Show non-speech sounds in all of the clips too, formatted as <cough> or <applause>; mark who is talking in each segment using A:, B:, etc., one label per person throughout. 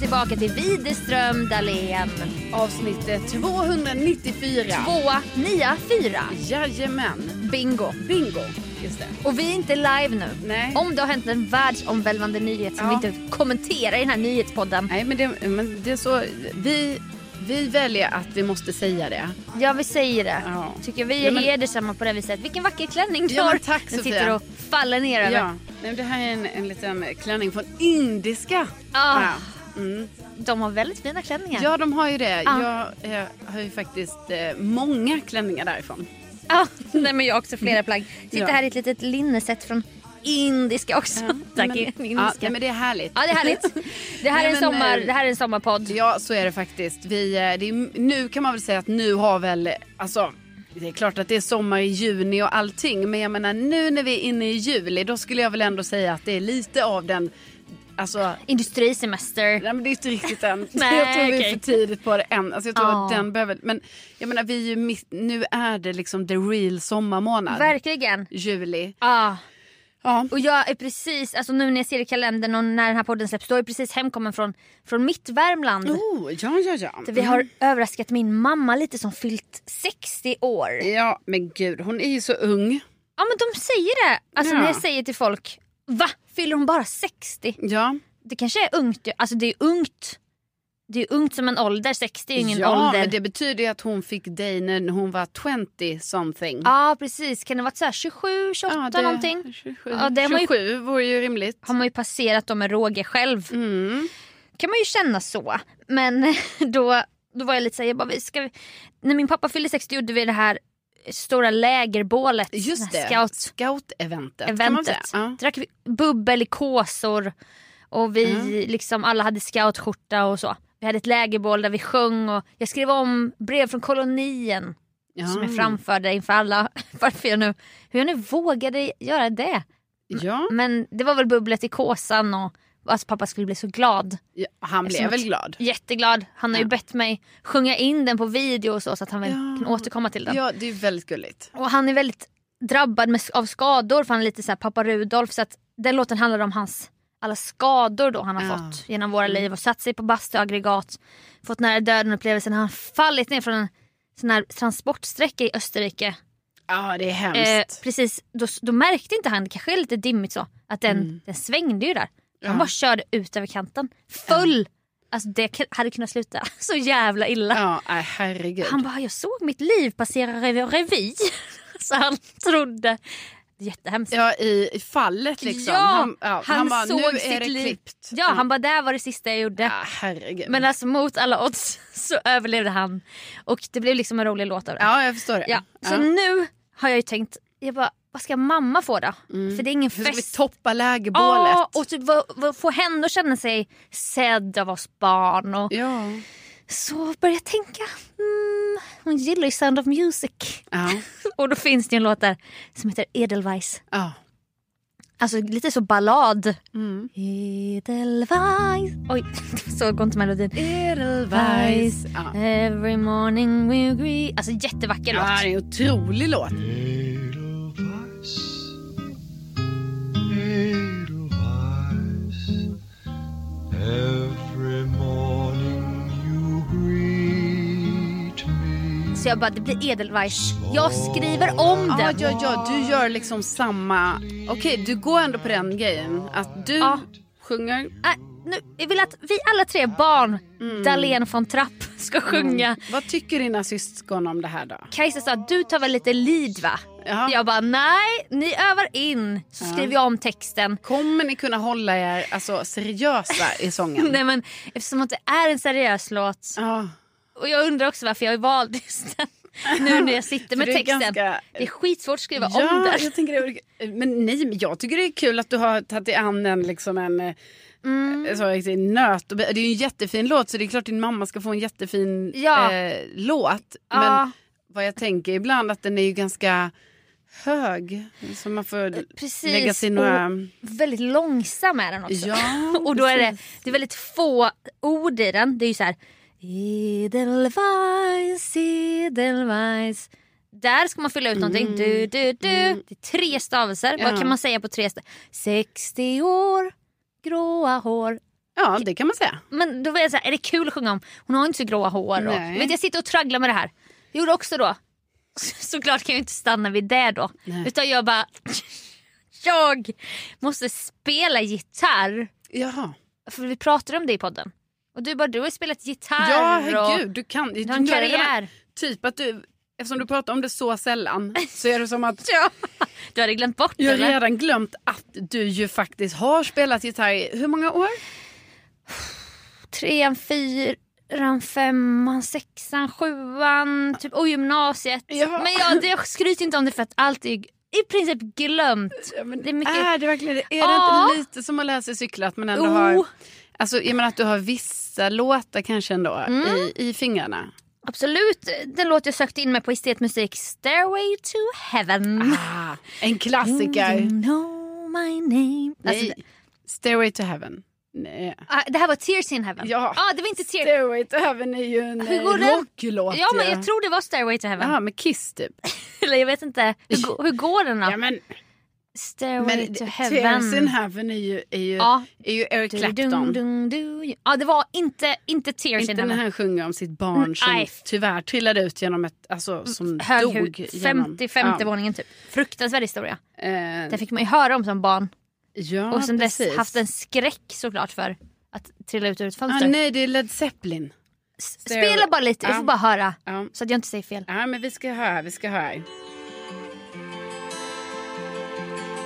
A: tillbaka till Widerström Dahlén.
B: Avsnitt eh, 294.
A: Tvåa, nia, fyra.
B: Jajamän.
A: Bingo.
B: Bingo. Just det.
A: Och vi är inte live nu.
B: Nej.
A: Om det har hänt en världsomvälvande nyhet som
B: Ja.
A: vi inte kommenterar i den här nyhetspodden.
B: Nej, men det, men det är så. Vi, vi väljer att vi måste säga det.
A: Ja, vi säger det.
B: Ja.
A: Tycker vi är
B: Ja, men-
A: hedersamma på det viset. Vilken vacker klänning du
B: Ja,
A: har.
B: men tack,
A: Den
B: Sofia.
A: sitter och faller ner över.
B: Ja. Nej, men det här är en, en liten klänning från indiska.
A: Ah.
B: Ja. Mm.
A: De har väldigt fina klänningar.
B: ja, de har ju det.
A: Ja.
B: Jag eh, har ju faktiskt eh, många klänningar därifrån. <laughs>
A: Ja, nej men jag har också flera plagg. Sitter
B: Ja.
A: här i ett litet linneset från indiska också. <laughs> Tack,
B: men, ja,
A: indiska.
B: nej, men det är härligt.
A: Ja, det är härligt. Det här,
B: Nej,
A: är, en
B: men,
A: sommar,
B: eh,
A: det här är en sommarpodd.
B: Ja, så är det faktiskt. Vi, eh, det är, nu kan man väl säga att nu har väl, alltså det är klart att det är sommar i juni och allting men jag menar nu när vi är inne i juli då skulle jag väl ändå säga att det är lite av den, alltså
A: Industrisemester.
B: Nej men det är inte riktigt <laughs> än.
A: Nej,
B: jag tror vi är
A: okej.
B: för tidigt på det än. Alltså jag tror
A: Ja.
B: att den behöver, men jag menar vi är ju mitt, nu är det liksom the real sommarmånad.
A: Verkligen.
B: Juli.
A: Ja.
B: Ja.
A: Och jag är precis, alltså nu när jag ser i kalendern och när den här podden släpps, då är jag precis hemkommen från, från mitt Värmland.
B: Oh, ja, ja, ja.
A: Där vi har överraskat min mamma lite som fyllt 60 år.
B: Mm. Ja, men gud hon är ju så ung.
A: Ja men de säger det. Alltså
B: Ja.
A: när jag säger till folk, va? Fyller hon bara 60?
B: Ja.
A: Det kanske är ungt. Alltså det är ungt. Det är ungt som en ålder. 60 är ju ingen
B: ja,
A: ålder.
B: men det betyder ju att hon fick dig när hon var 20 something.
A: Ja precis. Kan det ha varit så här 27, 28 någonting?
B: 27,
A: Ja, det har man ju-
B: 27 vore ju rimligt.
A: Har man ju passerat dem med råge själv.
B: Mm.
A: kan man ju känna så. Men <laughs> då, då var jag lite såhär, jag bara, vi ska vi... när min pappa fyllde 60 gjorde vi det här stora lägerbålet.
B: Just
A: det här
B: det,
A: Scout-eventet.
B: scout-eventet. kan man säga. Ja.
A: Drack vi bubbel i kåsor och vi liksom alla hade scoutskjorta och så. Vi hade ett lägerbål där vi sjöng och jag skrev om brev från kolonien
B: Ja.
A: som jag framförde inför alla. <laughs> Varför jag nu, hur jag nu vågade göra det.
B: Ja.
A: Men det var väl bubblet i kåsan och alltså pappa skulle bli så glad.
B: ja, han
A: Som
B: blev
A: att-
B: väl glad.
A: Jätteglad. Han har ju
B: Ja.
A: bett mig sjunga in den på video och så, så att han väl
B: Ja.
A: kan återkomma till den.
B: Ja, det är ju väldigt gulligt.
A: Och han är väldigt drabbad med, av skador för han är lite så här pappa Rudolf. Så att den låten handlar om hans alla skador då han har
B: Ja. Mm.
A: fått genom våra liv och satt sig på bastuaggregat. Fått nära döden upplevelsen. Han har fallit ner från en sån här transportsträcka i Österrike.
B: Ja, det är
A: Eh,
B: hemskt.
A: precis, då, då märkte inte han, det kanske är lite dimmigt så, att den, den svängde ju där. Han
B: Mm. Ja.
A: bara körde ut över kanten. Föll! Alltså det k- hade kunnat sluta <laughs> så jävla illa.
B: Ja, nej, herregud.
A: Han bara, jag såg mitt liv passera rev- revy. <laughs> så han trodde, jättehemskt.
B: Ja, i i fallet liksom.
A: Ja,
B: han,
A: han
B: bara,
A: såg
B: nu är
A: sitt
B: det
A: liv.
B: klippt.
A: Ja, han bara, där var det sista jag gjorde.
B: Ja, herregud.
A: Men alltså mot alla odds <laughs> så överlevde han. Och det blev liksom en rolig låt av det.
B: ja, jag förstår det.
A: Ja. Så
B: Ja.
A: nu har jag ju tänkt, jag bara, vad ska mamma få då?
B: Mm.
A: För det är ingen
B: Hur ska vi
A: fest.
B: toppa lägerbålet?
A: Ja, och typ, vad, vad, få henne att känna sig sedd av oss barn. Och
B: ja.
A: Så började jag tänka, mm, hon gillar ju Sound of Music. <laughs>
B: ja.
A: Och då finns det ju en låt där som heter Edelweiss.
B: ja.
A: Alltså lite så ballad.
B: Mm.
A: Edelweiss. Oj, <laughs> så går inte melodin.
B: Edelweiss. Ja.
A: Every morning we agree. Alltså jättevacker
B: Ja, det
A: låt.
B: är en otrolig låt.
A: Mm.
C: Edelweiss, Edelweiss, every morning you greet me.
A: Så jag bara, det blir Edelweiss. Jag skriver om den.
B: Ja, ja, ja, du gör liksom samma... Okej, du går ändå på den grejen. Att du
A: Ja.
B: sjunger... Mm.
A: Äh, nu, jag vill att vi alla tre barn, Dahlén von Trapp, ska
B: Mm.
A: sjunga.
B: Vad tycker dina syskon om det här då?
A: Kajsa sa du tar väl lite lead va?
B: Ja.
A: Jag bara nej, ni övar in. Så skriver jag om texten. <laughs>
B: Kommer ni kunna hålla er alltså, seriösa i sången?
A: <laughs> Nej men eftersom att det är en seriös låt.
B: Ja.
A: Och jag undrar också varför jag valde just den. Nu när jag sitter med
B: <laughs> För det är
A: texten.
B: ganska-
A: Det är skitsvårt att skriva om
B: Ja,
A: den.
B: jag tänker det. eh, Men nej, men jag tycker det är kul att du har tagit dig an en, liksom en eh,
A: Mm.
B: en sån riktig nöt. Och be- Det är ju en jättefin låt så det är klart din mamma ska få en jättefin
A: Ja.
B: eh, låt. Men
A: Ja.
B: vad jag tänker ibland att den är ju ganska hög. Så man
A: Eh,
B: får
A: Precis.
B: lägga sig några...
A: Och väldigt långsam är den också.
B: Ja,
A: <laughs> och då är det, det är väldigt få ord i den. Det är ju så här. Edelweiss, Edelweiss. Där ska man fylla ut någonting. Du, du, du. Det är tre stavelser.
B: Mm. Ja.
A: Vad kan man säga på tre stavelser? 60 år, gråa hår.
B: Ja, det kan man säga.
A: Men då var jag så här, är det kul att sjunga om? Hon har inte så gråa hår. Och,
B: Nej.
A: vet, du, jag sitter och tragglar med det här. Det gjorde jag också då. <laughs> Såklart kan jag inte stanna vid det då.
B: Nej.
A: Utan jag bara... <laughs> Jag måste spela gitarr.
B: Jaha.
A: För vi pratade om det i podden. Och du bara, du har ju spelat gitarr.
B: Ja,
A: och,
B: herregud. Du kan...
A: Du har en
B: nu är det väl
A: karriär.
B: Typ att du... Eftersom du pratar om det så sällan så är det
A: <laughs>
B: som att
A: <laughs> Ja. Du hade glömt bort
B: jag har
A: eller?
B: redan glömt att du ju faktiskt har spelat gitarr i hur många år?
A: Trean, fyran, femman, sexan, sjuan typ, och gymnasiet.
B: Ja.
A: Men jag, det- jag skryter inte om det för att allt är i princip glömt.
B: men
A: Det är mycket-
B: Är det verkligen det? Är
A: Ja. Oh.
B: det inte lite som att lära sig cykla? Att man ändå
A: Jo.
B: har... Alltså, jag menar att du har vissa låtar kanske ändå
A: Mm.
B: i, i fingrarna.
A: Absolut, den låt jag sökte in mig på estetmusik, Stairway to heaven.
B: Ah, en klassiker.
A: You know my name. Mm. Alltså,
B: Nej.
A: det,
B: Stairway to heaven. Nej.
A: ah, det här var Tears in heaven.
B: Ja.
A: Ah, det var inte Tears.
B: Stairway to heaven är ju en
A: Hur
B: eh,
A: går den?
B: rocklåt.
A: Ja men jag tror det var Stairway to heaven.
B: Ja, med Kiss typ.
A: Eller jag vet inte. Hur, go- hur går den då?
B: Ja, men,
A: Stairway
B: men
A: to
B: Tears in
A: heaven.
B: heaven är ju, är ju,
A: Ja.
B: är ju Eric
A: Du,
B: Clapton.
A: dun, dun, du. Ja det var inte, inte Tears
B: Inte
A: in
B: när
A: heaven.
B: han sjunger om sitt barn som
A: Nej.
B: tyvärr trillade ut genom ett, alltså som
A: Hög
B: dog.
A: hud,
B: genom-
A: 50, 50
B: Ja.
A: våningen typ. Fruktansvärd historia.
B: Eh,
A: Det fick man ju höra om som barn.
B: ja,
A: Och sen
B: precis.
A: dess haft en skräck såklart för att trilla ut ur ett
B: ah,
A: fönster.
B: Nej, det är Led Zeppelin.
A: S- Spela bara lite, jag
B: Ja.
A: får bara höra.
B: Ja.
A: Så att jag inte säger fel.
B: ja, men vi ska höra, vi ska höra. Är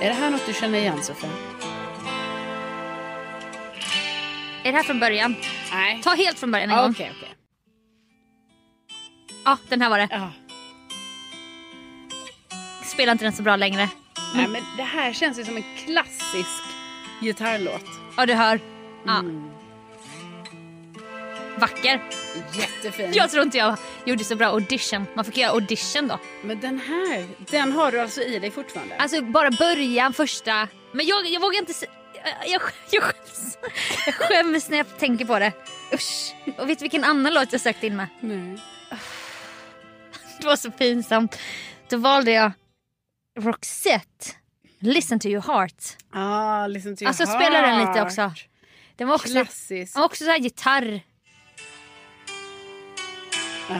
B: det här något du känner igen Sofia?
A: Är det här från början?
B: Nej.
A: Ta helt från början en
B: Okej,
A: gång.
B: okej.
A: Ja, den här var det.
B: Ja.
A: Spela inte den så bra längre. Mm.
B: Nej, men det här känns ju som en klassisk gitarrlåt.
A: Ja, du hör. Ja. Vacker.
B: Jättefin.
A: Jag tror inte jag gjorde så bra audition. Man fick göra audition då.
B: Men den här, den har du alltså i dig fortfarande?
A: Alltså bara början, första. Men jag, jag vågar inte se... Jag, jag, jag skäms. Jag skäms när jag tänker på det. Usch. Och vet du vilken annan låt jag sökte in med?
B: Nej.
A: Det var så pinsamt. Då valde jag Roxette. Listen to your heart.
B: Ah, listen to your
A: Alltså spela den lite
B: heart.
A: också. Den var också, den
B: Klassisk.
A: var också så här gitarr.
B: Ja.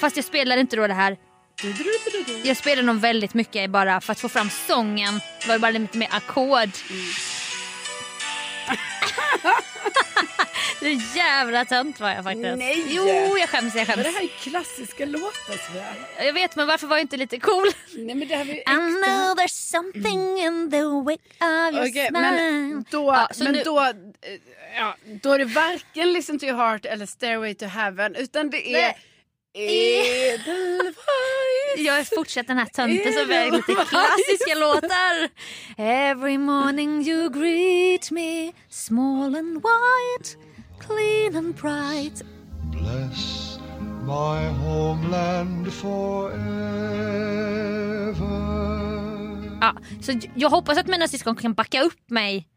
A: Fast jag spelade inte då det här.
B: Du, du, du, du, du.
A: Jag spelade nog väldigt mycket bara för att få fram sången. Det var bara lite mer ackord.
B: Mm.
A: <laughs> Det är jävla tönt var jag faktiskt.
B: Nej.
A: Jo, jag skäms, jag
B: Men
A: skäms.
B: det här är klassiska låtar Sofia.
A: Jag vet, men varför var jag inte lite cool?
B: Nej men det här var ju
A: I know
B: äkta.
A: there's something in the wake of your
B: Mm. Okej,
A: smile.
B: men då,
A: Ja, så
B: men
A: nu-
B: då, eh, ja, då är det varken Listen to your heart eller Stairway to heaven utan det är Edelweiss.
A: Jag fortsätter den här tönten som är lite
B: <laughs>
A: klassiska låtar. Every morning you greet me small and white clean and bright
C: Bless my homeland forever.
A: ja, så Jag hoppas att mina syskon kan backa upp mig.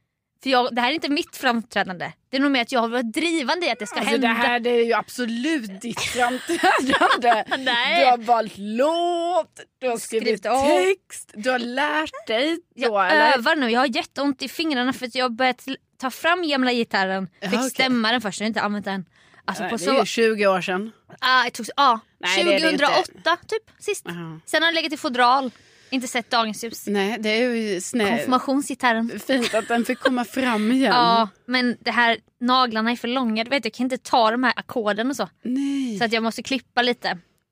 A: För jag, det här är inte mitt framträdande. Det är nog mer att jag har varit drivande i att det ska
B: Alltså det
A: hända.
B: här det är ju absolut ditt framträdande.
A: <laughs> Nej.
B: Du har valt låt, du har skrivit
A: Skrivit om.
B: text, du har lärt dig
A: jag
B: då eller?
A: övar nu. Jag har jätteont i fingrarna för att jag har börjat ta fram gamla gitarren. Fick
B: okej.
A: stämma den först, jag har inte använt den. Alltså
B: Nej,
A: på
B: Det är
A: så,
B: ju 20 år sedan.
A: ah, jag tog, ah,
B: Nej, det är det inte.
A: 2008 typ, sist.
B: Jaha.
A: Sen har den legat i fodral, inte sett dagens ljus.
B: Nej det är ju snällt.
A: Konfirmationsgitarren.
B: Fint att den fick komma fram igen.
A: Ja, men det här, naglarna är för långa. Du vet, jag kan inte ta de här ackorden och så.
B: Nej.
A: Så att jag måste klippa lite.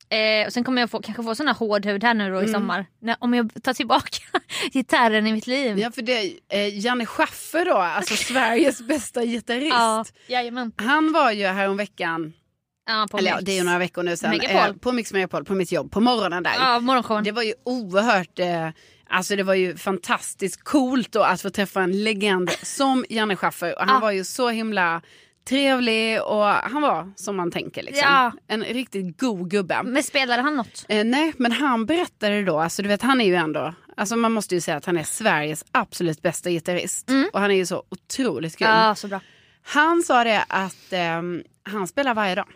A: Eh, och sen kommer jag få, kanske få sån här hård hud här nu då i
B: Mm.
A: sommar. När, om jag tar tillbaka <laughs> gitarren i mitt liv.
B: Ja, för det, eh, Janne Schaffer då,
A: <laughs>
B: alltså Sveriges bästa gitarrist.
A: ja jajamän.
B: Han var ju häromveckan,
A: Ja, på
B: eller ja,
A: Mix.
B: det är ju några veckor nu sedan, Eh,
A: Megapol.
B: på Mix Megapol, på mitt jobb, på morgonen där.
A: Ja, morgonshowen.
B: Det var ju oerhört, eh, alltså det var ju fantastiskt coolt då att få träffa en legend som Janne Schaffer. Och han
A: Ja.
B: var ju så himla trevlig och han var som man tänker liksom.
A: Ja.
B: En riktigt god gubbe.
A: Men spelade han något?
B: Eh, nej, men han berättade då, alltså du vet han är ju ändå, alltså man måste ju säga att han är Sveriges absolut bästa gitarrist. Och han är ju så otroligt kul.
A: Mm. Ja, så bra.
B: Han sa det att ehm, han spelar varje dag.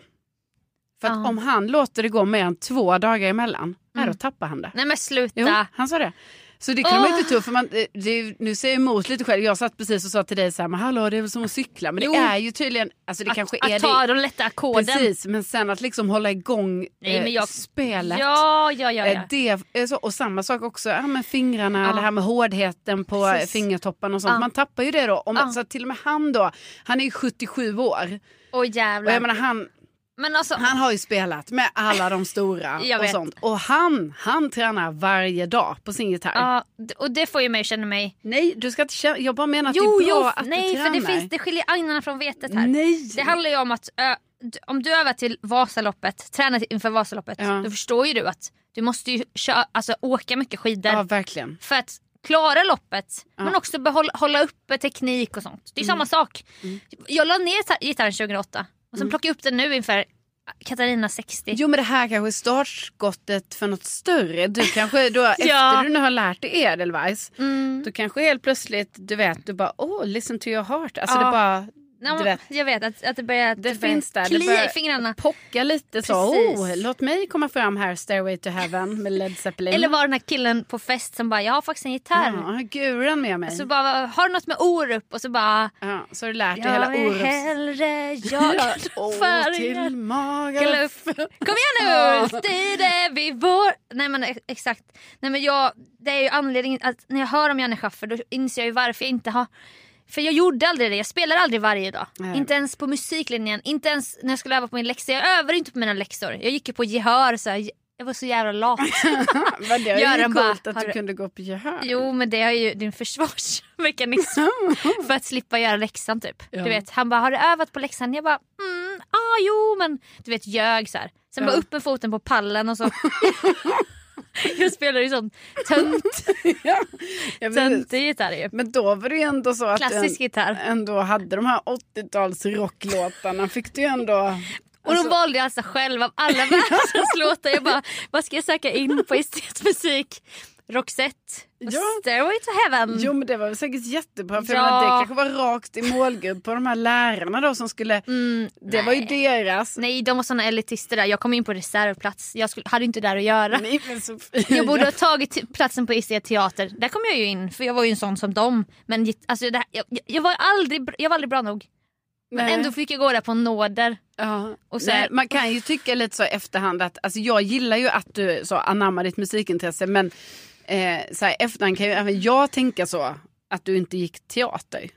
B: För att
A: Ja. Mm.
B: om han låter det gå mer än två dagar emellan, nej, då tappar han det.
A: Nej men sluta.
B: Jo, han sa det. Så det kunde man
A: Åh.
B: ju inte tro. För man, eh, det, är ju- nu säger jag emot lite själv. Jag satt precis och sa till dig så här, men hallå det är väl som att cykla. Men
A: Jo.
B: det är ju tydligen, alltså det kanske
A: att,
B: är
A: att ta
B: det.
A: de lätta ackorden.
B: Precis, men sen att liksom hålla igång eh,
A: Nej, men jag-
B: spelet.
A: Ja, ja, ja.
B: Eh,
A: ja.
B: Det, är så, och samma sak också ja, med fingrarna,
A: Ja.
B: det här med hårdheten på
A: Precis.
B: fingertopparna och sånt.
A: Ja.
B: Man tappar ju det då. Om,
A: Ja.
B: så att till och med han då, han är ju 77 år.
A: Åh
B: Och
A: jävlar.
B: jag menar, han,
A: men alltså,
B: han har ju spelat med alla de stora
A: <laughs> Jag
B: och
A: vet.
B: sånt. Och han, han tränar varje dag på sin gitarr.
A: ja, d- och det får ju mig känna mig...
B: Nej, du ska inte känna, jag bara menar att
A: Jo,
B: det är bra
A: jo,
B: att
A: nej,
B: du
A: för
B: tränar.
A: det, finns, det skiljer agnarna från vetet här.
B: Nej.
A: Det handlar ju om att ö, d- om du övar till Vasaloppet, tränar till- inför Vasaloppet,
B: Ja.
A: då förstår ju du att du måste ju kö, alltså, åka mycket skidor
B: Ja, verkligen.
A: för att klara loppet
B: Ja. Mm.
A: men också behålla, hålla uppe teknik och sånt. Det är samma sak. Jag la ner ta- gitarren 2008 och sen plockade jag upp den nu inför Katarina 60.
B: Mm. Jo men det här kanske är startskottet för något större. Du kanske
A: <laughs>
B: då
A: Ja.
B: efter du nu har lärt dig Edelweiss
A: Mm.
B: Då kanske helt plötsligt, du vet, du bara åh, listen to your heart. Alltså
A: Ja.
B: det bara
A: Nej, men
B: du vet.
A: Jag vet att, att det börjar,
B: Det
A: börjar
B: finns där, det
A: klia
B: börjar-
A: i fingrarna.
B: pockar lite så.
A: Precis.
B: Oh, låt mig komma fram här, Stairway to heaven med Led Zeppelin.
A: Eller var den här killen på fest som bara “jag har faktiskt en gitarr”.
B: Ja, har guran med mig.
A: Så bara “har du något med Orup?” och så bara
B: ja, så har du lärt dig hela
A: “jag vill
B: Orups... <laughs>
A: hellre jag
B: Åh,
A: färgar
B: till magen.
A: Glöf. Kom igen nu Ulf, det är det vi vår... Nej men ex- exakt. Nej men jag, det är ju anledningen att när jag hör om Janne Schaffer då inser jag ju varför jag inte har... För jag gjorde aldrig det, jag spelar aldrig varje dag.
B: Nej.
A: Inte ens på musiklinjen, inte ens när jag skulle öva på min läxa. Jag övade inte på mina läxor. Jag gick ju på gehör så här, jag var så jävla lat.
B: <laughs> Men det är ju
A: Göran
B: coolt
A: bara,
B: att
A: har
B: du
A: du-
B: kunde gå på gehör.
A: Jo men det är ju din <laughs>
B: <laughs>
A: försvarsmekanism för att slippa göra läxan typ.
B: Ja.
A: Du vet, han bara “har du övat på läxan?” Jag bara “mm, ah jo men” du vet ljög så här. Sen bara
B: Ja.
A: upp med foten på pallen och
B: <laughs>
A: så. <laughs> jag spelar ju sån tönt,
B: Ja, jag vet.
A: töntig gitarr ju.
B: Men då var det ju ändå så att
A: Klassisk
B: du
A: gitarr.
B: en- ändå hade de här 80-tals rocklåtarna. Fick du ju ändå...
A: Och de valde jag alltså själv av
B: <laughs>
A: alla <laughs> världens låtar. Jag bara, vad ska jag söka in på estetmusik? Roxette och
B: Ja.
A: Stairway to Heaven.
B: Jo men det var väl säkert jättebra för jag
A: Ja.
B: menar, det kanske var rakt i målgrupp på de här lärarna då som skulle,
A: Mm,
B: det var ju deras.
A: Nej, de var såna elitister där. Jag kom in på reservplats. Jag skulle, hade inte där att göra.
B: Nej men Sofia.
A: Jag borde ha tagit platsen på IC Teater. Där kom jag ju in för jag var ju en sån som dem. Men git- alltså, det här, jag, jag- jag, var aldrig, br- jag var aldrig bra nog. Men
B: <laughs> Nej.
A: ändå fick jag gå där på nåder.
B: Ja.
A: Och så-
B: Nej, man kan ju tycka lite så i efterhand att, alltså jag gillar ju att du så anammar ditt musikintresse men eh, så här, i efterhand kan ju även jag tänka så att du inte gick teater.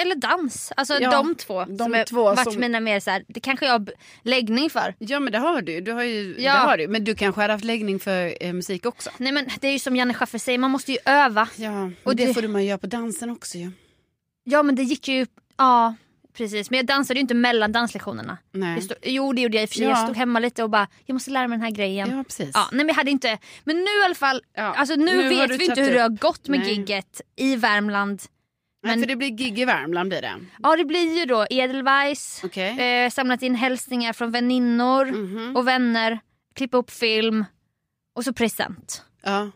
A: Eller dans. Alltså
B: Ja,
A: de två.
B: de
A: som är-
B: två
A: varit
B: som-
A: mina mer så här, det kanske jag har b- läggning för.
B: Ja men det har du, du har ju,
A: Ja.
B: det har du. men du kanske hade haft läggning för eh, musik också.
A: Nej men det är ju som Janne Schaffer säger, man måste ju öva.
B: Ja, och
A: Och
B: det,
A: det-
B: får du man göra på dansen också ju.
A: Ja men det gick ju, ja precis. Men jag dansade ju inte mellan danslektionerna.
B: Nej.
A: Jag stod, jo det gjorde jag i och för sig.
B: Ja.
A: Jag stod hemma lite och bara, jag måste lära mig den här grejen.
B: Ja precis.
A: Ja, nej men jag hade inte, men nu i alla fall,
B: Ja.
A: alltså nu,
B: Nu har
A: vet
B: du
A: vi inte
B: tagit
A: hur det har gått med
B: Nej.
A: gigget i Värmland.
B: Nej,
A: men-
B: för det blir gig i Värmland blir det.
A: Ja det blir ju då Edelweiss,
B: Okej.
A: eh, samlat in hälsningar från väninnor
B: Mhm.
A: och vänner, klippa upp film och så present.
B: Ja.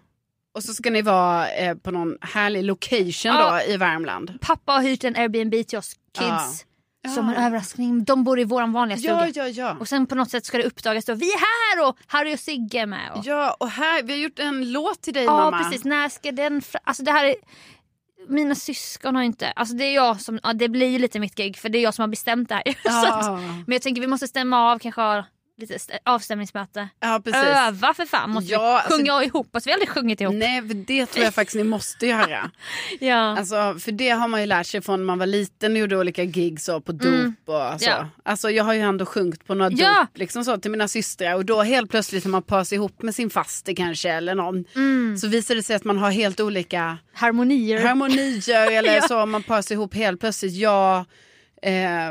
B: Och så ska ni vara eh, på någon härlig location
A: Ja.
B: då i Värmland.
A: Pappa har hyrt en Airbnb till oss kids som en överraskning. De bor i våran vanliga
B: Ja,
A: stuga.
B: ja, ja.
A: Och sen på något sätt ska det uppdagas då, vi är här och Harry och Sigge är med. Och...
B: Ja, och här, vi har gjort en låt till dig
A: Ja
B: mamma. <laughs>
A: precis, när ska den... Fra- alltså det här är... Mina syskon har inte... Alltså det är jag som... Ja, det blir ju lite mitt gig för det är jag som har bestämt det här. <laughs> Så att,
B: Ja,
A: men jag tänker vi måste stämma av, kanske ha lite st- avstämningsmöte.
B: ja precis.
A: Öva för fan måste
B: Ja,
A: vi.
B: alltså- Mm.
A: Sjunga ihop oss, vi har aldrig sjungit ihop.
B: Nej, för det tror jag faktiskt ni måste göra.
A: Ja.
B: Alltså, för det har man ju lärt sig från när man var liten och gjorde olika gig så på dop
A: Mm.
B: och så.
A: Ja.
B: Alltså jag har ju ändå sjungit på några
A: Ja.
B: dop liksom så till mina systrar och då helt plötsligt när man paras ihop med sin faste kanske eller någon
A: Mm.
B: så visar det sig att man har helt olika
A: Harmonier. <laughs>
B: harmonier eller så om man paras ihop helt plötsligt. Jag eh,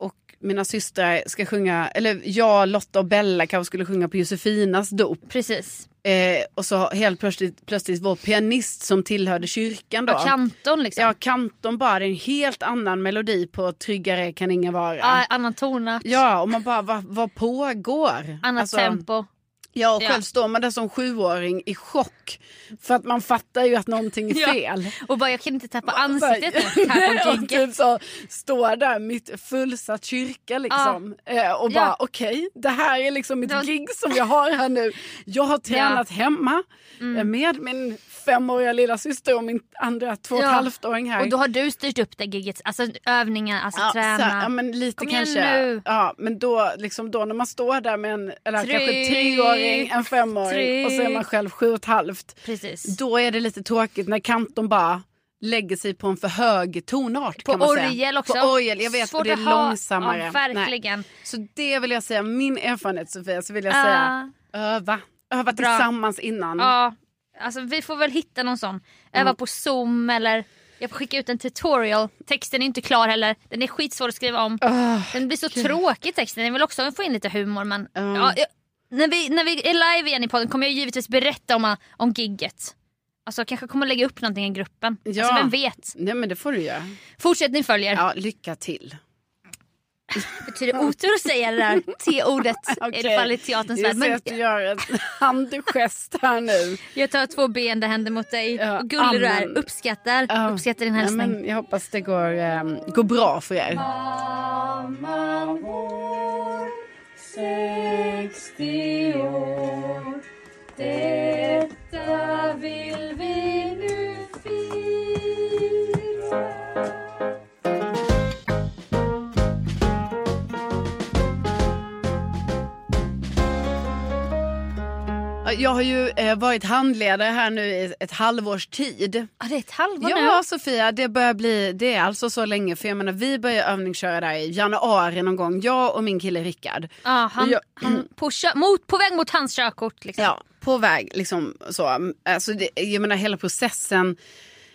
B: och mina systrar ska sjunga, eller jag, Lotta och Bella kanske skulle sjunga på Josefinas dop.
A: precis.
B: Eh, och så helt plötsligt, plötsligt vår pianist som tillhörde kyrkan då.
A: Och kanton liksom.
B: Ja, kanton bara, det är en helt annan melodi på Tryggare kan ingen vara.
A: Ah, annan tonart,
B: Ja, och man bara, vad, vad pågår?
A: annat
B: Alltså,
A: tempo.
B: Ja, och
A: Ja.
B: själv står man där som sjuåring i chock. För att man fattar ju att någonting är
A: Ja.
B: fel.
A: Och bara jag kan inte tappa ansiktet
B: Så
A: här
B: <laughs>
A: på
B: och
A: gigget.
B: typ så står där mitt fullsatt kyrka liksom. Eh, och
A: Ja.
B: bara okej, det här är liksom mitt
A: Det var-
B: gig som jag har här nu. Jag har tränat hemma
A: Mm.
B: eh, med min femåriga lilla syster och min andra två och ett
A: Ja.
B: halvt-åring här.
A: Och då har du styrt upp det giget, alltså övningar, alltså
B: Ja,
A: träna.
B: så här, ja, men lite
A: Kom igen
B: kanske.
A: nu.
B: Ja, men då, liksom då när man står där med en, eller
A: Tryck,
B: kanske en treåring, en femåring
A: tryck.
B: och så är man själv sju och ett halvt.
A: Precis.
B: Då är det lite tråkigt när kanton bara lägger sig på en för hög tonart.
A: På
B: kan man
A: orgel
B: säga.
A: också.
B: På orgel, jag vet.
A: Svårt
B: och det är
A: att ha-
B: långsammare.
A: Ja,
B: Nej.
A: verkligen.
B: Så det vill jag säga, min erfarenhet Sofia, så vill jag
A: Ja.
B: säga öva. Öva
A: Ah. Bra.
B: tillsammans innan.
A: Ja, alltså vi får väl hitta någon sån. Öva
B: Mm.
A: på zoom eller jag får skicka ut en tutorial. Texten är inte klar heller. Den är skitsvår att skriva om.
B: Öh,
A: Den blir så tråkig texten. Den vill också få in lite humor men
B: Ja.
A: ja, jag, när, vi, när vi är live igen i podden kommer jag givetvis berätta om, om gigget. Alltså jag kanske kommer lägga upp någonting i gruppen.
B: Ja.
A: Alltså vem vet.
B: Nej men det får du göra.
A: Fortsättning följer.
B: Ja, lycka till.
A: Betyder otur att säga det där T-ordet i
B: <laughs> Okej.
A: fall i teaterns värld.
B: Jag ser
A: Men
B: att du gör en
A: <laughs>
B: handgest här nu.
A: jag tar två beende händer mot dig.
B: Ja,
A: och gullig du
B: amen.
A: är. Uppskattar,
B: Ja.
A: uppskattar din
B: Ja,
A: hälsning.
B: men jag hoppas det går, ehm, går bra för er. Jag har ju eh, varit handledare här nu i ett halvårs tid.
A: Ja, det är ett halvår nu.
B: Ja, Sofia, det börjar bli, det är alltså så länge. För jag menar, vi börjar övningsköra där i januari någon gång, jag och min kille Rickard.
A: Ja, han,
B: Jag-
A: han på, kö- mot, på väg mot hans körkort. Liksom.
B: Ja, på väg liksom så. Alltså, det, jag menar hela processen.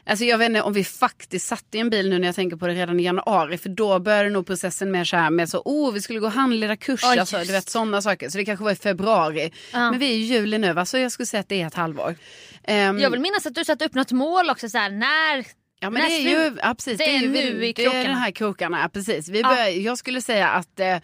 B: Alltså jag vet inte om vi faktiskt satt i en bil nu när jag tänker på det redan i januari. För då började nog processen mer så här med så, oh vi skulle gå och handleda kurs.
A: Ja,
B: alltså,
A: just.
B: du vet sådana saker. Så det kanske var i februari.
A: Ja.
B: Men vi är i juli nu va, så jag skulle säga att det är ett halvår. Ehm,
A: Jag vill minnas att du satte upp något mål också. Så här, när,
B: Ja men det
A: Nästa-
B: är ju, ja, precis,
A: det är
B: ju,
A: nu
B: vi-
A: i
B: Det är
A: krokarna.
B: den här krokarna, ja, precis. Vi
A: Ja.
B: börjar, jag skulle säga att eh,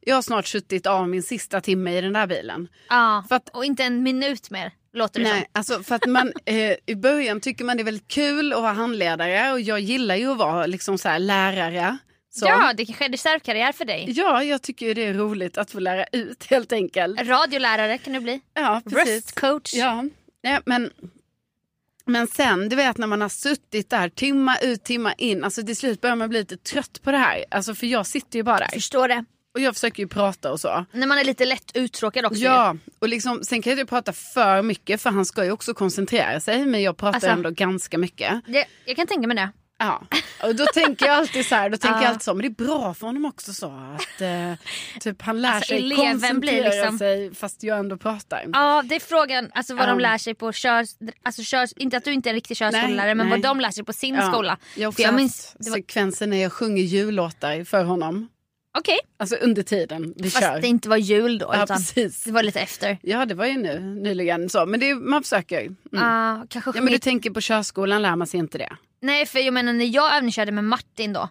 B: jag har snart suttit av min sista timme i den där bilen.
A: ja,
B: För att-
A: och inte en minut mer låter det
B: Nej, alltså för att man, eh, i början tycker man det är väldigt kul att vara handledare och jag gillar ju att vara liksom så här lärare. Så.
A: som. Ja, det kanske är reservkarriär för dig.
B: ja, jag tycker ju det är roligt att få lära ut helt enkelt.
A: Radiolärare kan du bli.
B: Ja, precis.
A: Röstcoach.
B: Ja, nej, men, men sen, du vet när man har suttit där timma ut, timma in, alltså till slut börjar man bli lite trött på det här. Alltså för jag sitter ju bara
A: Jag
B: där
A: förstår det.
B: och jag försöker ju prata och så.
A: När man är lite lätt uttråkad också.
B: Ja, och liksom, sen kan jag inte prata för mycket för han ska ju också koncentrera sig men jag pratar
A: Alltså-
B: ändå ganska mycket.
A: Det, jag kan tänka mig det.
B: Ja, och då tänker jag alltid så här, då tänker
A: Ja.
B: jag alltid så, men det är bra för honom också så att eh, typ han lär
A: Alltså,
B: sig
A: eleven
B: koncentrera
A: blir liksom-
B: sig fast jag ändå pratar.
A: Ja, det är frågan alltså, vad
B: Ja.
A: de lär sig på kör, alltså, kör, Inte att du inte är en riktig körskolelärare
B: Nej,
A: men
B: nej.
A: vad de lär sig på sin
B: Ja.
A: skola.
B: Jag har också
A: För jag
B: haft
A: minns- det var-
B: sekvensen när jag sjunger jullåtar för honom.
A: Okej,
B: Alltså under tiden vi kör.
A: fast det inte var jul då
B: ja,
A: utan
B: precis.
A: det var lite efter.
B: Ja, det var ju nu nyligen så, men det, är- man försöker ju. Mm.
A: Ah, kanske
B: Ja, men du
A: mitt-
B: tänker på körskolan lär man sig inte det.
A: Nej för jag menar när jag övningskörde med Martin då.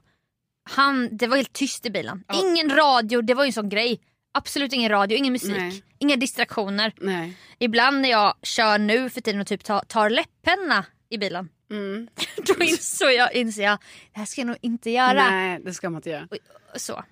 A: Han, det var helt tyst i bilen.
B: Ja.
A: Ingen radio, det var ju en sån grej. Absolut ingen radio, ingen musik,
B: Nej.
A: inga distraktioner.
B: Nej.
A: Ibland när jag kör nu för tiden och typ ta, tar läppenna i bilen.
B: Mm.
A: <laughs> Då insåg jag, inser jag, det här ska jag nog inte göra.
B: Nej, det ska man inte göra.
A: Och Så.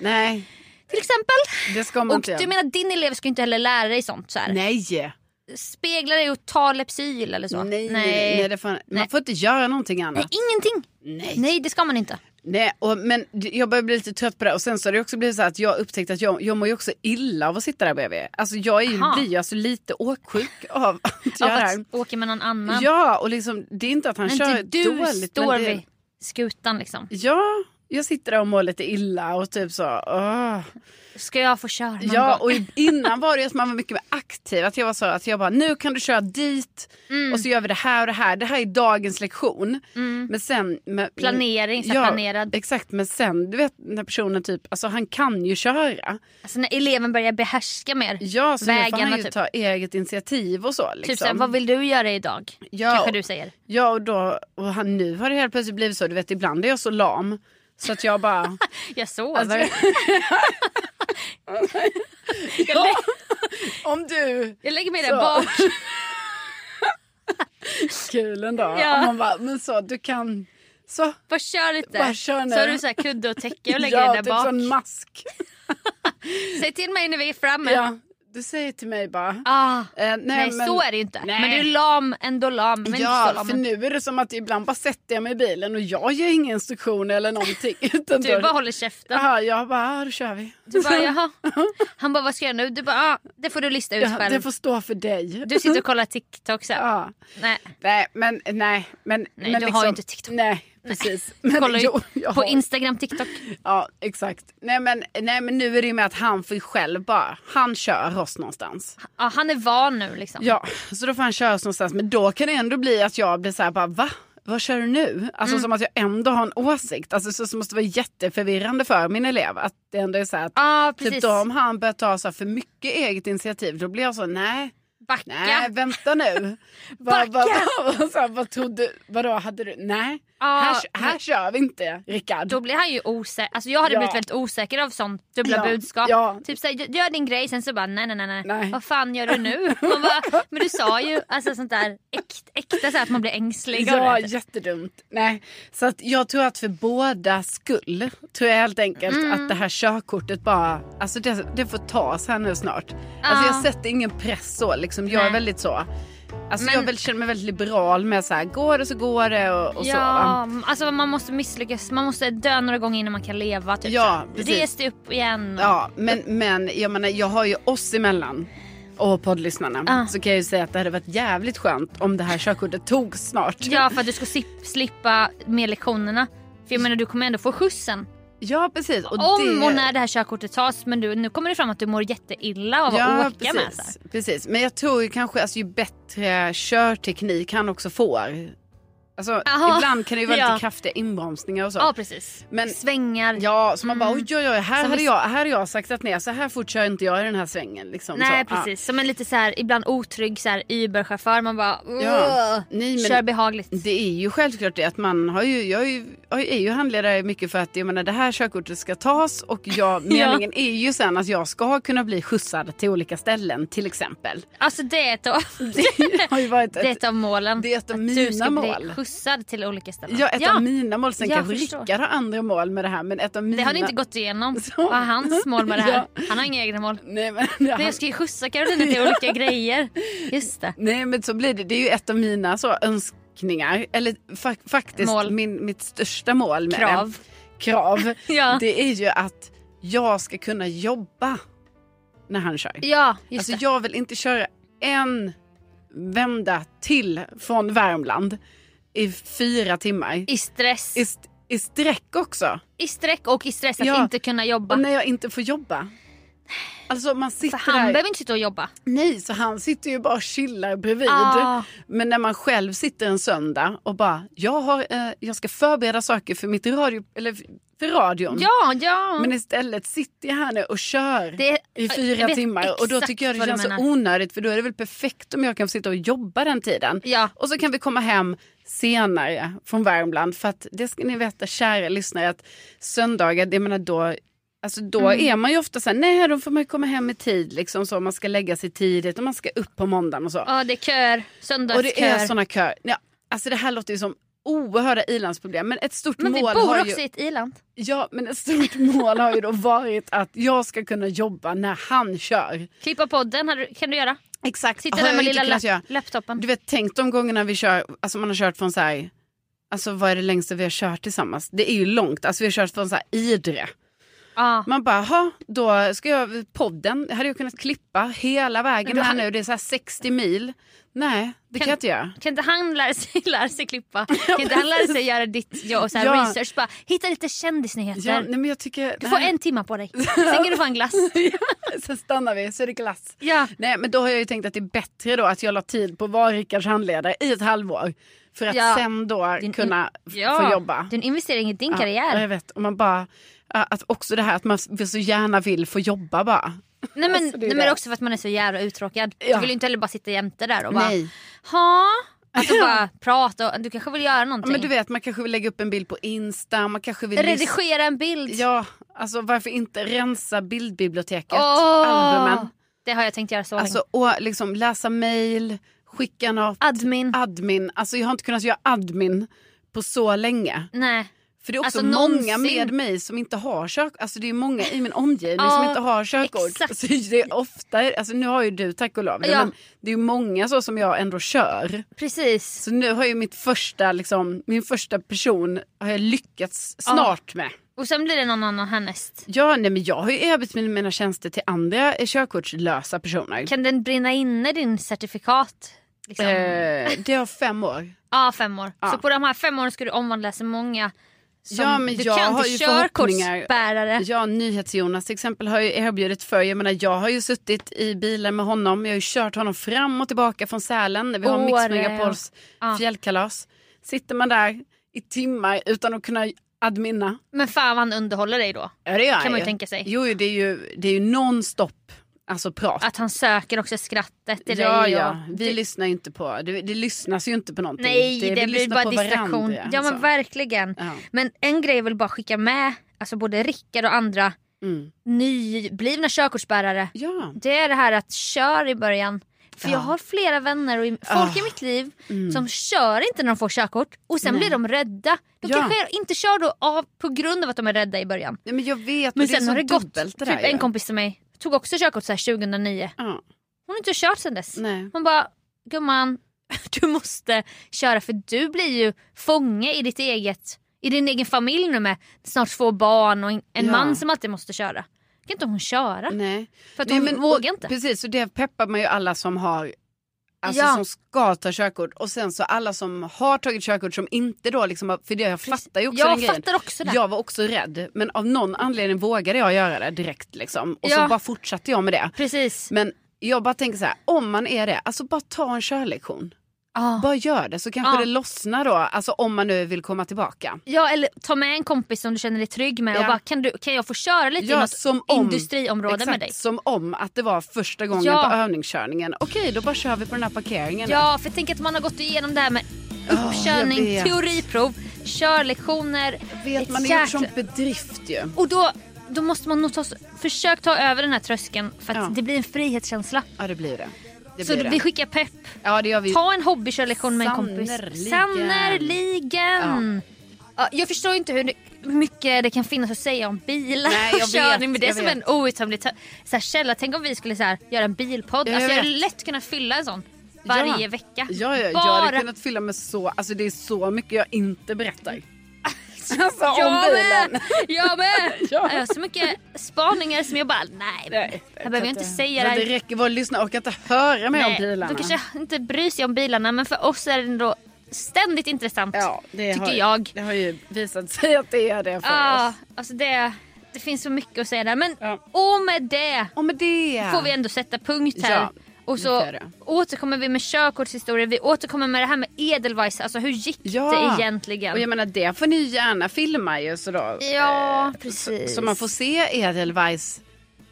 B: Nej,
A: Till exempel.
B: det ska man
A: Och
B: inte
A: du
B: göra.
A: menar din elev ska ju inte heller lära dig sånt så här.
B: Nej.
A: Spegla dig och ta Lypsyl eller så.
B: Nej, nej. nej. nej, det får, Man
A: Nej.
B: får inte göra någonting annat.
A: Nej, ingenting.
B: Nej.
A: Nej det ska man inte.
B: Nej, och, men d- jag börjar bli lite trött på det. Och sen så har det också blivit så här att jag upptäckte att jag, jag mår ju också illa av att sitta där bredvid. Alltså jag är ju,
A: Aha.
B: blir ju alltså lite åksjuk av <laughs> att
A: Av
B: göra det här.
A: att åka med någon annan.
B: Ja, och liksom det är inte att han
A: Men
B: kör
A: inte du
B: dåligt.
A: står
B: men det,
A: vid skutan liksom.
B: Ja, jag sitter där och mår lite illa och typ så. åh.
A: Ska jag få köra någon
B: Ja,
A: gång?
B: och i- innan var det att man var mycket mer aktiv. Att jag var så att jag bara, nu kan du köra dit
A: Mm.
B: och så gör vi det här och det här. Det här är dagens lektion.
A: Mm.
B: Men sen... Med,
A: Planering, så här planerad.
B: Exakt, men sen du vet när personen typ, alltså han kan ju köra.
A: Alltså när eleven börjar behärska mer.
B: Ja, så nu får
A: Vägarna,
B: han ju
A: typ.
B: ta eget initiativ och så. Liksom.
A: Typ såhär, vad vill du göra idag?
B: ja,
A: Kanske du säger.
B: ja, och då, och han, nu har det helt plötsligt blivit så, du vet ibland är jag så lam. Så att
A: <laughs>
B: Alltså, <laughs> jag bara...
A: Jag sover.
B: Alltså,
A: jag, lä-
B: Om du...
A: Jag lägger mig där
B: Så.
A: bak.
B: Kul ändå.
A: Ja.
B: Om man bara, men så, du kan... Så,
A: Bara kör lite.
B: Bara kör nu.
A: så har du så här kudde och täcke
B: <laughs>
A: och lägger
B: ja,
A: dig där
B: typ
A: bak.
B: sån mask.
A: Säg till mig när vi är framme.
B: Ja, du säger till mig bara.
A: Ah,
B: eh,
A: nej, så är det ju inte.
B: Nej.
A: Men du är lam, ändå lam. Men inte så
B: ja,
A: lam.
B: för nu är det som att ibland bara sätter jag mig i bilen och jag ger inga instruktioner eller någonting. <laughs> Utan
A: Du bara håller käften.
B: Ja, jag bara, ja, då kör vi.
A: Du bara
B: <laughs>
A: jaha. Han bara vad ska jag nu? Du bara ah, det får du lista ut
B: Ja,
A: själv.
B: det får stå för dig.
A: Du sitter och kollar TikTok så. här.
B: Ja.
A: Nej.
B: Nej, men nej. Men,
A: Nej,
B: men liksom-
A: du har ju inte TikTok.
B: Nej,
A: <laughs>
B: precis. Men,
A: Kollar ju
B: jo, jag
A: på
B: har-
A: Instagram, TikTok.
B: Ja, exakt. Nej men, nej, men nu är det ju med att han får ju själv bara, han kör oss någonstans.
A: Ja, han är van nu liksom.
B: Ja, så då får han köra oss någonstans. Men då kan det ändå bli att jag blir så här bara, va? Vad kör du nu? Alltså
A: Mm.
B: som att jag ändå har en åsikt. Alltså så, så måste det vara jätteförvirrande för min elev. Att det ändå är så här att
A: Ja, precis.
B: Typ då om han börjar ta så här för mycket eget initiativ då blir jag så nej,
A: Backa.
B: nej
A: <laughs>
B: vänta nu.
A: Backa!
B: vad, vad, vad, så här, vad trodde, vadå hade du, nej
A: Ja,
B: här, här
A: men-
B: kör vi inte Rickard.
A: Då blir han ju osäker. Alltså jag hade
B: Ja.
A: blivit väldigt osäker av sånt dubbla
B: Ja,
A: budskap.
B: ja.
A: Typ såhär, "Gö- gör din grej sen så bara nej nej nej. nej.
B: Nej.
A: Vad fan gör du
B: <laughs>
A: nu? Man bara, men du sa ju alltså sånt där äkt, äkta så här att man blir ängslig. av
B: Ja,
A: det.
B: jättedumt. Nej. Så att jag tror att för båda skull tror jag helt enkelt
A: Mm.
B: att det här körkortet bara, alltså det, det får tas här nu snart. Alltså jag
A: Ja.
B: sätter ingen press så liksom. Jag
A: Nej.
B: är väldigt så. Alltså
A: Men-
B: jag väl, känner mig väldigt liberal med så här, går det så går det och, och så. va?
A: ja, alltså man måste misslyckas, man måste dö några gånger innan man kan leva. Typ.
B: Ja,
A: så här.
B: precis.
A: Res dig upp igen.
B: Ja, men, men jag menar, jag har ju oss emellan och poddlyssnarna
A: Ah.
B: så kan jag ju säga att det hade varit jävligt skönt om det här körkortet togs snart.
A: Ja, för att du ska sip- slippa med lektionerna. För jag menar du kommer ändå få skjutsen.
B: Ja, precis. Och
A: Om
B: det...
A: och när det här körkortet tas men du, nu kommer det fram att du mår jätteilla av att
B: Ja,
A: åka med. alltså. Så här.
B: precis, precis. Men jag tror ju kanske alltså, ju bättre körteknik han också får. Alltså,
A: Jaha.
B: ibland kan det ju vara
A: Ja.
B: lite kraftiga inbromsningar och så.
A: Ja precis.
B: Men-
A: Svängar.
B: Ja, så man bara oj oj oj, här,
A: Som
B: hade,
A: vi-
B: jag, här hade jag saktat ner, så här fort kör inte jag i den här svängen. Liksom,
A: Nej
B: så. Ja.
A: precis, som en lite så här, ibland otrygg så här, Uber-chaufför. Man bara
B: Ja.
A: "Åh,
B: Nej, men-
A: kör behagligt.
B: Det är ju självklart det att man har ju, jag är ju, jag är ju handledare mycket för att jag menar, det här körkortet ska tas och jag,
A: <laughs> Ja.
B: meningen är ju sen att jag ska kunna bli skjutsad till olika ställen till exempel.
A: Alltså det är ett
B: <laughs>
A: av,
B: Det har ju varit
A: det är
B: ett,
A: ett av målen.
B: det är ett av
A: att du ska
B: mina mål.
A: bli skjutsad till olika ställen.
B: Ja, ett av mina mål. Sen
A: Jag
B: kanske
A: förstår.
B: Rickard har andra mål med det här men ett av mina...
A: Det har ni inte gått igenom.
B: <laughs> Så.
A: Vad är hans mål med det här?
B: Ja.
A: Han har inga egna mål.
B: Nej men, <laughs>
A: Nej, jag ska ju skjutsa Carolina till olika grejer. Just det.
B: Nej men så blir det. Det är ju ett av mina så önskningar. Eller fa- faktiskt
A: Mål.
B: Min, mitt största mål med
A: Krav.
B: det. Krav.
A: <laughs> Ja,
B: Det är ju att jag ska kunna jobba när han kör.
A: ja just
B: Alltså
A: det.
B: jag vill inte köra en vända till från Värmland i fyra timmar.
A: I stress.
B: I, st- i sträck också.
A: I sträck och i stress att
B: Ja.
A: inte kunna jobba.
B: Och när jag inte får jobba. Alltså man sitter
A: För han
B: där.
A: behöver inte sitta och jobba.
B: Nej, så han sitter ju bara och chillar bredvid.
A: Ah.
B: Men när man själv sitter en söndag och bara, jag, har, eh, jag ska förbereda saker för, mitt radio, eller för- för radion.
A: Ja, ja.
B: Men istället sitter jag här nu och kör
A: Det-
B: i
A: jag
B: fyra
A: vet
B: timmar. Och då
A: exakt
B: tycker jag det
A: vad du
B: känns så
A: menar.
B: onödigt för då är det väl perfekt om jag kan sitta och jobba den tiden.
A: Ja.
B: Och så kan vi komma hem senare från Värmland. För att det ska ni veta kära lyssnare att söndagar, jag menar då Alltså då
A: Mm.
B: är man ju ofta så här, nej då får man ju komma hem i tid liksom så man ska lägga sig tidigt och man ska upp på måndagen och så.
A: Ja, det är köer. Söndagsköer.
B: Och det är såna köer. Ja, alltså det här låter ju som oerhörda ilandsproblem. Men ett stort
A: Men vi
B: mål
A: bor
B: har
A: också
B: ju...
A: i ett iland.
B: Ja, men ett stort <laughs> mål har ju då varit att jag ska kunna jobba när han kör.
A: Klippa podden hade du- kan du göra.
B: Exakt.
A: Sitta
B: har
A: där
B: jag
A: med
B: inte
A: lilla
B: kunnat göra.
A: lap- laptopen.
B: Du vet, tänk de gångerna vi kör, alltså man har kört från så här, alltså vad är det längsta vi har kört tillsammans? Det är ju långt, alltså vi har kört från så här Idre.
A: Ja.
B: Man bara, jaha, då ska jag, podden, hade jag kunnat klippa hela vägen
A: Men
B: här
A: han-
B: nu, det är så här 60 mil. Nej, det kan,
A: Kan-
B: jag inte göra.
A: Kan inte han lära sig, <laughs> lära sig klippa? Kan inte han lära sig göra ditt jobb och så här
B: Ja.
A: research? Bara, hitta lite kändisnyheter.
B: Ja, nej, men jag tycker,
A: du får en timme på
B: <laughs>
A: dig. Sen kan du få en glass.
B: Sen stannar vi, <laughs> så är det glass.
A: Ja.
B: Nej men då har jag ju tänkt att det är bättre då att jag la tid på att vara Rickards handledare i ett halvår. För att
A: Ja.
B: sen då
A: Din- mm,
B: kunna f-
A: Ja.
B: få jobba.
A: Det är en investering i din
B: Ja,
A: karriär.
B: ja, jag vet. Och man bara, ja, att också det här att man f- så gärna vill få jobba bara.
A: Nej, men,
B: Alltså, det är
A: nej, men
B: det.
A: också för att man är så jävla uttråkad.
B: Ja.
A: Du vill ju inte heller bara sitta jämte där och bara
B: Nej.
A: ha. Alltså bara prata och du kanske vill göra
B: Ja,
A: någonting.
B: Men du vet man kanske vill lägga upp en bild på Insta, man kanske vill... lyssna-
A: Redigera en bild.
B: Ja, alltså varför inte rensa bildbiblioteket,
A: Åh!
B: albumen.
A: Det har jag tänkt göra så
B: Alltså
A: länge.
B: och liksom läsa mail, skicka något,
A: Admin.
B: admin. Alltså jag har inte kunnat göra admin på så länge.
A: Nej.
B: För det är också
A: Alltså,
B: många
A: någonsin.
B: med mig som inte har körkort. Alltså det är många i min omgivning
A: Ja,
B: som inte har körkort.
A: exakt.
B: Så det är ofta, alltså nu har ju du tack och lov det,
A: Ja.
B: men det är ju många så som jag ändå kör.
A: Precis.
B: Så nu har ju mitt första, liksom, min första person har jag lyckats
A: Ja.
B: snart med.
A: Och sen blir det någon annan härnäst.
B: Ja, nej, men jag har ju erbjudit mina- mina tjänster till andra eh, körkortslösa personer.
A: Kan den brinna inne din certifikat? Liksom?
B: Eh, det har fem år.
A: Ja, fem år.
B: ja.
A: Så på de här fem åren ska du omvandla så många som
B: Ja, men
A: du
B: jag
A: kan
B: har ju
A: till
B: förhoppningar.
A: körkortsbärare.
B: Ja, NyhetsJonas till exempel har ju erbjudit för. Jag menar, jag har ju suttit i bilen med honom. Jag har ju kört honom fram och tillbaka från Sälen när vi har Mix
A: Åre,
B: Megapols
A: ja.
B: fjällkalas. Sitter man där i timmar utan att kunna adminna.
A: Men fan vad han underhåller dig då.
B: Ja, det gör
A: Kan
B: jag
A: man
B: ju.
A: ju tänka sig.
B: Jo, det är ju, det är ju non-stop alltså, prat.
A: Att han söker också skrattet till
B: ja,
A: dig. och-
B: ja. Vi lyssnar ju inte på, det, det lyssnas ju inte på någonting.
A: Nej, det,
B: vi
A: blir
B: lyssnar
A: bara
B: på
A: distraktion.
B: varandra, alltså.
A: ja, men
B: så.
A: verkligen.
B: Ja.
A: Men en grej jag vill bara skicka med alltså både Rickard och andra
B: Mm.
A: nyblivna körkortsbärare.
B: ja.
A: Det är det här att kör i början. För
B: Ja.
A: jag
B: Ah.
A: har flera vänner och i- folk i mitt liv
B: mm.
A: som kör inte när de får körkort och sen blir de rädda. De
B: Ja.
A: kanske inte kör då av, på grund av att de är rädda i början.
B: Nej, men jag vet,
A: Men
B: och är
A: sen
B: så
A: har det gått.
B: dubbelt där
A: typ
B: ju.
A: en kompis till mig tog också körkort så här 2009.
B: Ja,
A: Hon har inte kört sen dess.
B: nej.
A: Hon bara, gumman <laughs> du måste köra för du blir ju fånge i ditt eget i din egen familj nu med snart två barn och en en
B: Ja.
A: man som alltid måste köra. Kan inte hon köra?
B: nej.
A: För att
B: nej,
A: hon
B: men-
A: vågar
B: och-
A: inte.
B: Precis, och det peppar man ju alla som har Alltså
A: Ja.
B: som ska ta körkort och sen så alla som har tagit körkort som inte då liksom har- för det jag fattar ju också
A: jag
B: den grejen.
A: fattar också det.
B: Jag var också rädd men av någon anledning vågade jag göra det direkt liksom och så
A: Ja.
B: bara fortsatte jag med det.
A: Precis.
B: Men jag bara tänker så här, om man är det, alltså bara ta en körlektion.
A: Ja.
B: Bara gör det så kanske
A: Ja.
B: det lossnar då, alltså om man nu vill komma tillbaka.
A: Ja eller ta med en kompis som du känner dig trygg med och
B: Ja.
A: bara kan, du, kan jag få köra lite i
B: Ja,
A: något
B: som om.
A: industriområde med
B: Exakt
A: dig?
B: som om att det var första gången
A: Ja.
B: på övningskörningen. Okej, då bara kör vi på den här parkeringen.
A: Ja för tänk att man har gått igenom det här med
B: Ja, Ah, jag
A: uppkörning,
B: vet.
A: teoriprov, körlektioner.
B: Vet,
A: ett
B: man har gjort
A: jäkla-
B: som bedrift ju.
A: Och då, då måste man nog ta, försöka ta över den här tröskeln för att
B: Ja.
A: det blir en frihetskänsla.
B: Ja, det blir det. det,
A: så
B: blir det.
A: vi skickar pepp.
B: Ja, det gör vi.
A: Ta en hobbykörlektion med en kompis.
B: Sannerligen.
A: Sannerligen. Ja. Jag förstår inte hur det- hur mycket det kan finnas att säga om bilar
B: Nej,
A: <laughs> och
B: jag vet,
A: körning. Men det är
B: jag
A: som
B: vet.
A: en outtömlig tö- så här, källa. Tänk om vi skulle så här, göra en bilpodd.
B: Ja, jag
A: alltså, jag hade
B: vet.
A: lätt kunnat fylla en sån varje
B: Ja.
A: vecka.
B: Ja, ja, jag hade
A: Bara <laughs>
B: kunnat fylla med så, alltså det är så mycket jag inte berättar. Alltså om
A: Jag <laughs>
B: bilen.
A: med! Jag med!
B: <laughs> Ja.
A: Jag har Alltså, så mycket spaningar som jag bara, nej,
B: Nej, jag
A: jag behöver
B: kan
A: inte
B: inte.
A: säga det
B: Ja,
A: här.
B: det räcker bara att lyssna, orkar inte höra mer om
A: Nej,
B: bilarna.
A: De kanske inte bryr sig om bilarna men för oss är det ändå ständigt intressant.
B: Ja, det
A: tycker
B: har,
A: jag.
B: Det har ju visat sig att det är det för
A: Ja,
B: oss.
A: alltså det, det finns så mycket att säga där. Men
B: Ja.
A: och med det
B: Och med det.
A: får vi ändå sätta punkt här.
B: Ja,
A: och
B: det
A: så
B: får jag det.
A: återkommer vi med körkortshistorier. Vi återkommer med det här med Edelweiss. Alltså hur gick
B: Ja.
A: det egentligen?
B: Och jag menar det får ni gärna filma ju så då.
A: ja,
B: Så,
A: precis.
B: Eh, så man får se Edelweiss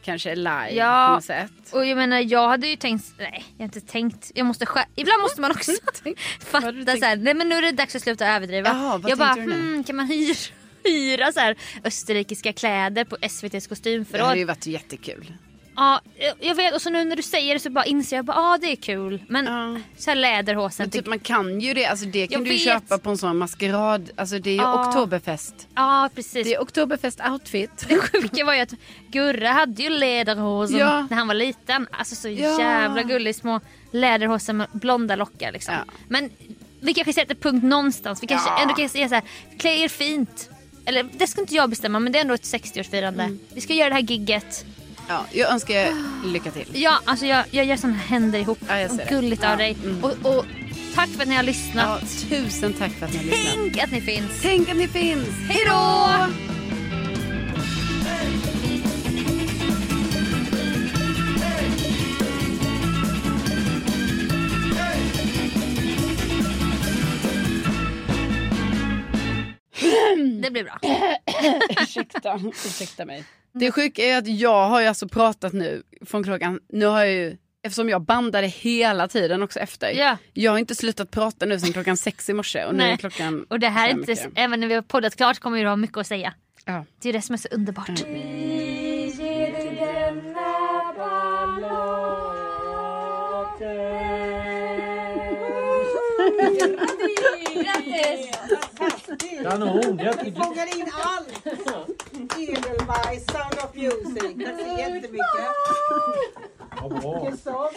B: kanske live
A: Ja.
B: på något sätt.
A: Och jag menar jag hade ju tänkt, nej jag har inte tänkt, jag måste skär... ibland måste man
B: <laughs>
A: också <laughs> fatta
B: Vad har du tänkt?
A: såhär, nej men nu är det dags att sluta överdriva.
B: Jaha, vad
A: jag bara,
B: tänkte du nu?
A: hmm, kan man hyra, <laughs> hyra så här österrikiska kläder på SVTs
B: Det hade
A: kostymförråd?
B: ju varit jättekul.
A: Ja, jag- jag vet och så nu när du säger det så bara inser jag, bara, ja ah, det är kul men
B: Ja.
A: så här läderhosen,
B: Men typ
A: tycker-
B: man kan ju det, alltså det kan
A: Jag
B: du
A: vet.
B: ju köpa på en sån maskerad, alltså det är ju
A: Ja.
B: oktoberfest.
A: ja precis. <laughs>
B: Det
A: Det,
B: är oktoberfest outfit.
A: sjuka var ju att Gurra hade ju läderhosen
B: Ja.
A: när han var liten. Alltså så
B: Ja.
A: jävla gullig små läderhosen med blonda lockar liksom.
B: Ja.
A: Men vi kanske sätter punkt någonstans. Vi kanske
B: Ja.
A: ändå kan säga så här, klä er fint. Eller det ska inte jag bestämma men det är ändå ett 60-årsfirande.
B: Mm.
A: Vi ska göra det här gigget.
B: Ja, jag önskar er lycka till.
A: Ja, alltså jag, jag gör sådana händer ihop.
B: Ja, jag ser
A: Och
B: det.
A: gulligt
B: Ja. Mm.
A: av dig. Och, och tack för att ni har lyssnat.
B: Ja, tusen tack för att ni har lyssnat.
A: Tänk att ni finns.
B: Tänk att ni finns!
A: Hej då! Det blir bra.
B: ursäkta, ursäkta mig. Det sjuka är att jag har ju alltså pratat nu från klockan, nu har jag ju, eftersom jag bandade hela tiden också efter.
A: Ja.
B: Jag har inte slutat prata nu sedan klockan sex i morse och nu är
A: Nej.
B: klockan
A: Och det här är
B: fem
A: inte,
B: mycket.
A: även när vi har poddat klart kommer du ha mycket att säga.
B: Ja.
A: Det är det som är så underbart.
D: Vi ger dig denna ballong
A: Grattis!
D: Kanon! Jag,
E: fångade in allt! Edelweiss, Sound of Music. Tack så jättemycket.
D: ja, bra.
E: Vilken sång.